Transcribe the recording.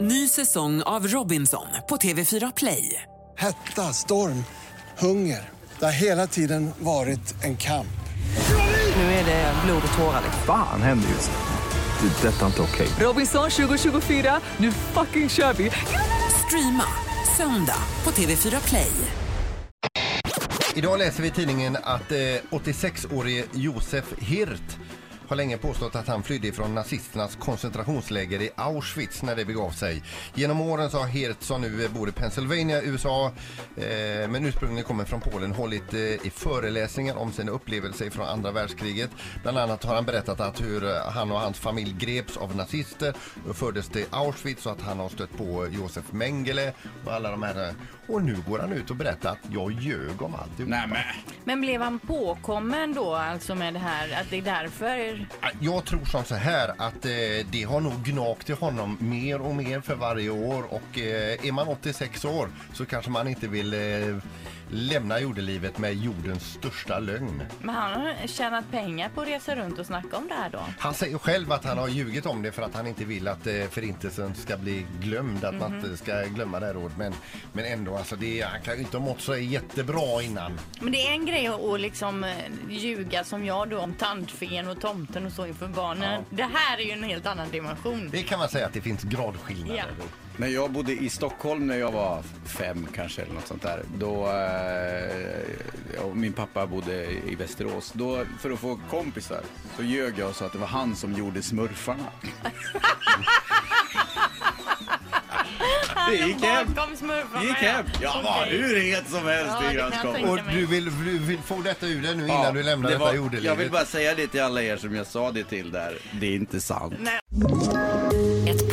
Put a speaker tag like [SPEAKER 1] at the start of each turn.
[SPEAKER 1] Ny säsong av Robinson på TV4 Play.
[SPEAKER 2] Hetta, storm, hunger. Det har hela tiden varit en kamp.
[SPEAKER 1] Nu är det blod och tårar. liksom.
[SPEAKER 3] Fan händer just nu. Det. är Detta är inte okej.
[SPEAKER 1] Robinson 2024, nu fucking kör vi! Streama söndag på TV4 Play.
[SPEAKER 4] Idag läser vi i tidningen att eh, 86-årige Josef Hirt har länge påstått att han flydde från nazisternas koncentrationsläger i Auschwitz när det begav sig. Genom åren så har Hirt, som nu eh, bor i Pennsylvania, USA, eh, men ursprungligen kommer från Polen, hållit eh, i föreläsningar om sina upplevelser från andra världskriget. Bland annat har han berättat att hur eh, han och hans familj greps av nazister och fördes till Auschwitz och att han har stött på Josef Mengele och alla de här. eh, Och nu går han ut och berättar att jag ljög om allt.
[SPEAKER 5] Nej men,
[SPEAKER 6] Men blev han påkommen då alltså med det här, att det är därför?
[SPEAKER 4] Jag tror som så här att eh, det har nog gnagt i honom mer och mer för varje år och eh, är man 86 år så kanske man inte vill eh, lämna jordelivet med jordens största lögn.
[SPEAKER 6] Men han har tjänat pengar på att resa runt och snacka om det här då?
[SPEAKER 4] Han säger själv att han har ljugit om det för att han inte vill att eh, förintelsen ska bli glömd, att man
[SPEAKER 6] Mhm.
[SPEAKER 4] inte ska glömma det här året. Men, men ändå, alltså det, han kan ju inte ha mått så jättebra innan.
[SPEAKER 6] Men det är en grej att att liksom eh, ljuga som jag då om tandfen och tomten och så inför barnen. Det här är ju en helt annan dimension.
[SPEAKER 4] Det kan man säga att det finns gradskillnader.
[SPEAKER 6] Ja.
[SPEAKER 5] när jag bodde i Stockholm när jag var fem kanske eller något sånt där. Då, eh, och min pappa bodde i Västerås. Då, för att få kompisar så ljög jag och sa att det var han som gjorde smurfarna. det gick hem.
[SPEAKER 6] Bakom smurfarna.
[SPEAKER 5] Det gick hem. Jag var
[SPEAKER 6] Okej.
[SPEAKER 5] hur het som helst
[SPEAKER 6] Ja, det
[SPEAKER 5] i
[SPEAKER 6] kan jag
[SPEAKER 5] grannskapet.
[SPEAKER 6] tänka
[SPEAKER 4] Och du vill, du vill få detta ur dig nu innan
[SPEAKER 5] Ja,
[SPEAKER 4] du lämnar
[SPEAKER 5] det
[SPEAKER 4] detta
[SPEAKER 5] var-
[SPEAKER 4] jordelivet.
[SPEAKER 5] Jag vill bara säga det till alla er som jag sa det till där. Det är inte sant.
[SPEAKER 7] Ett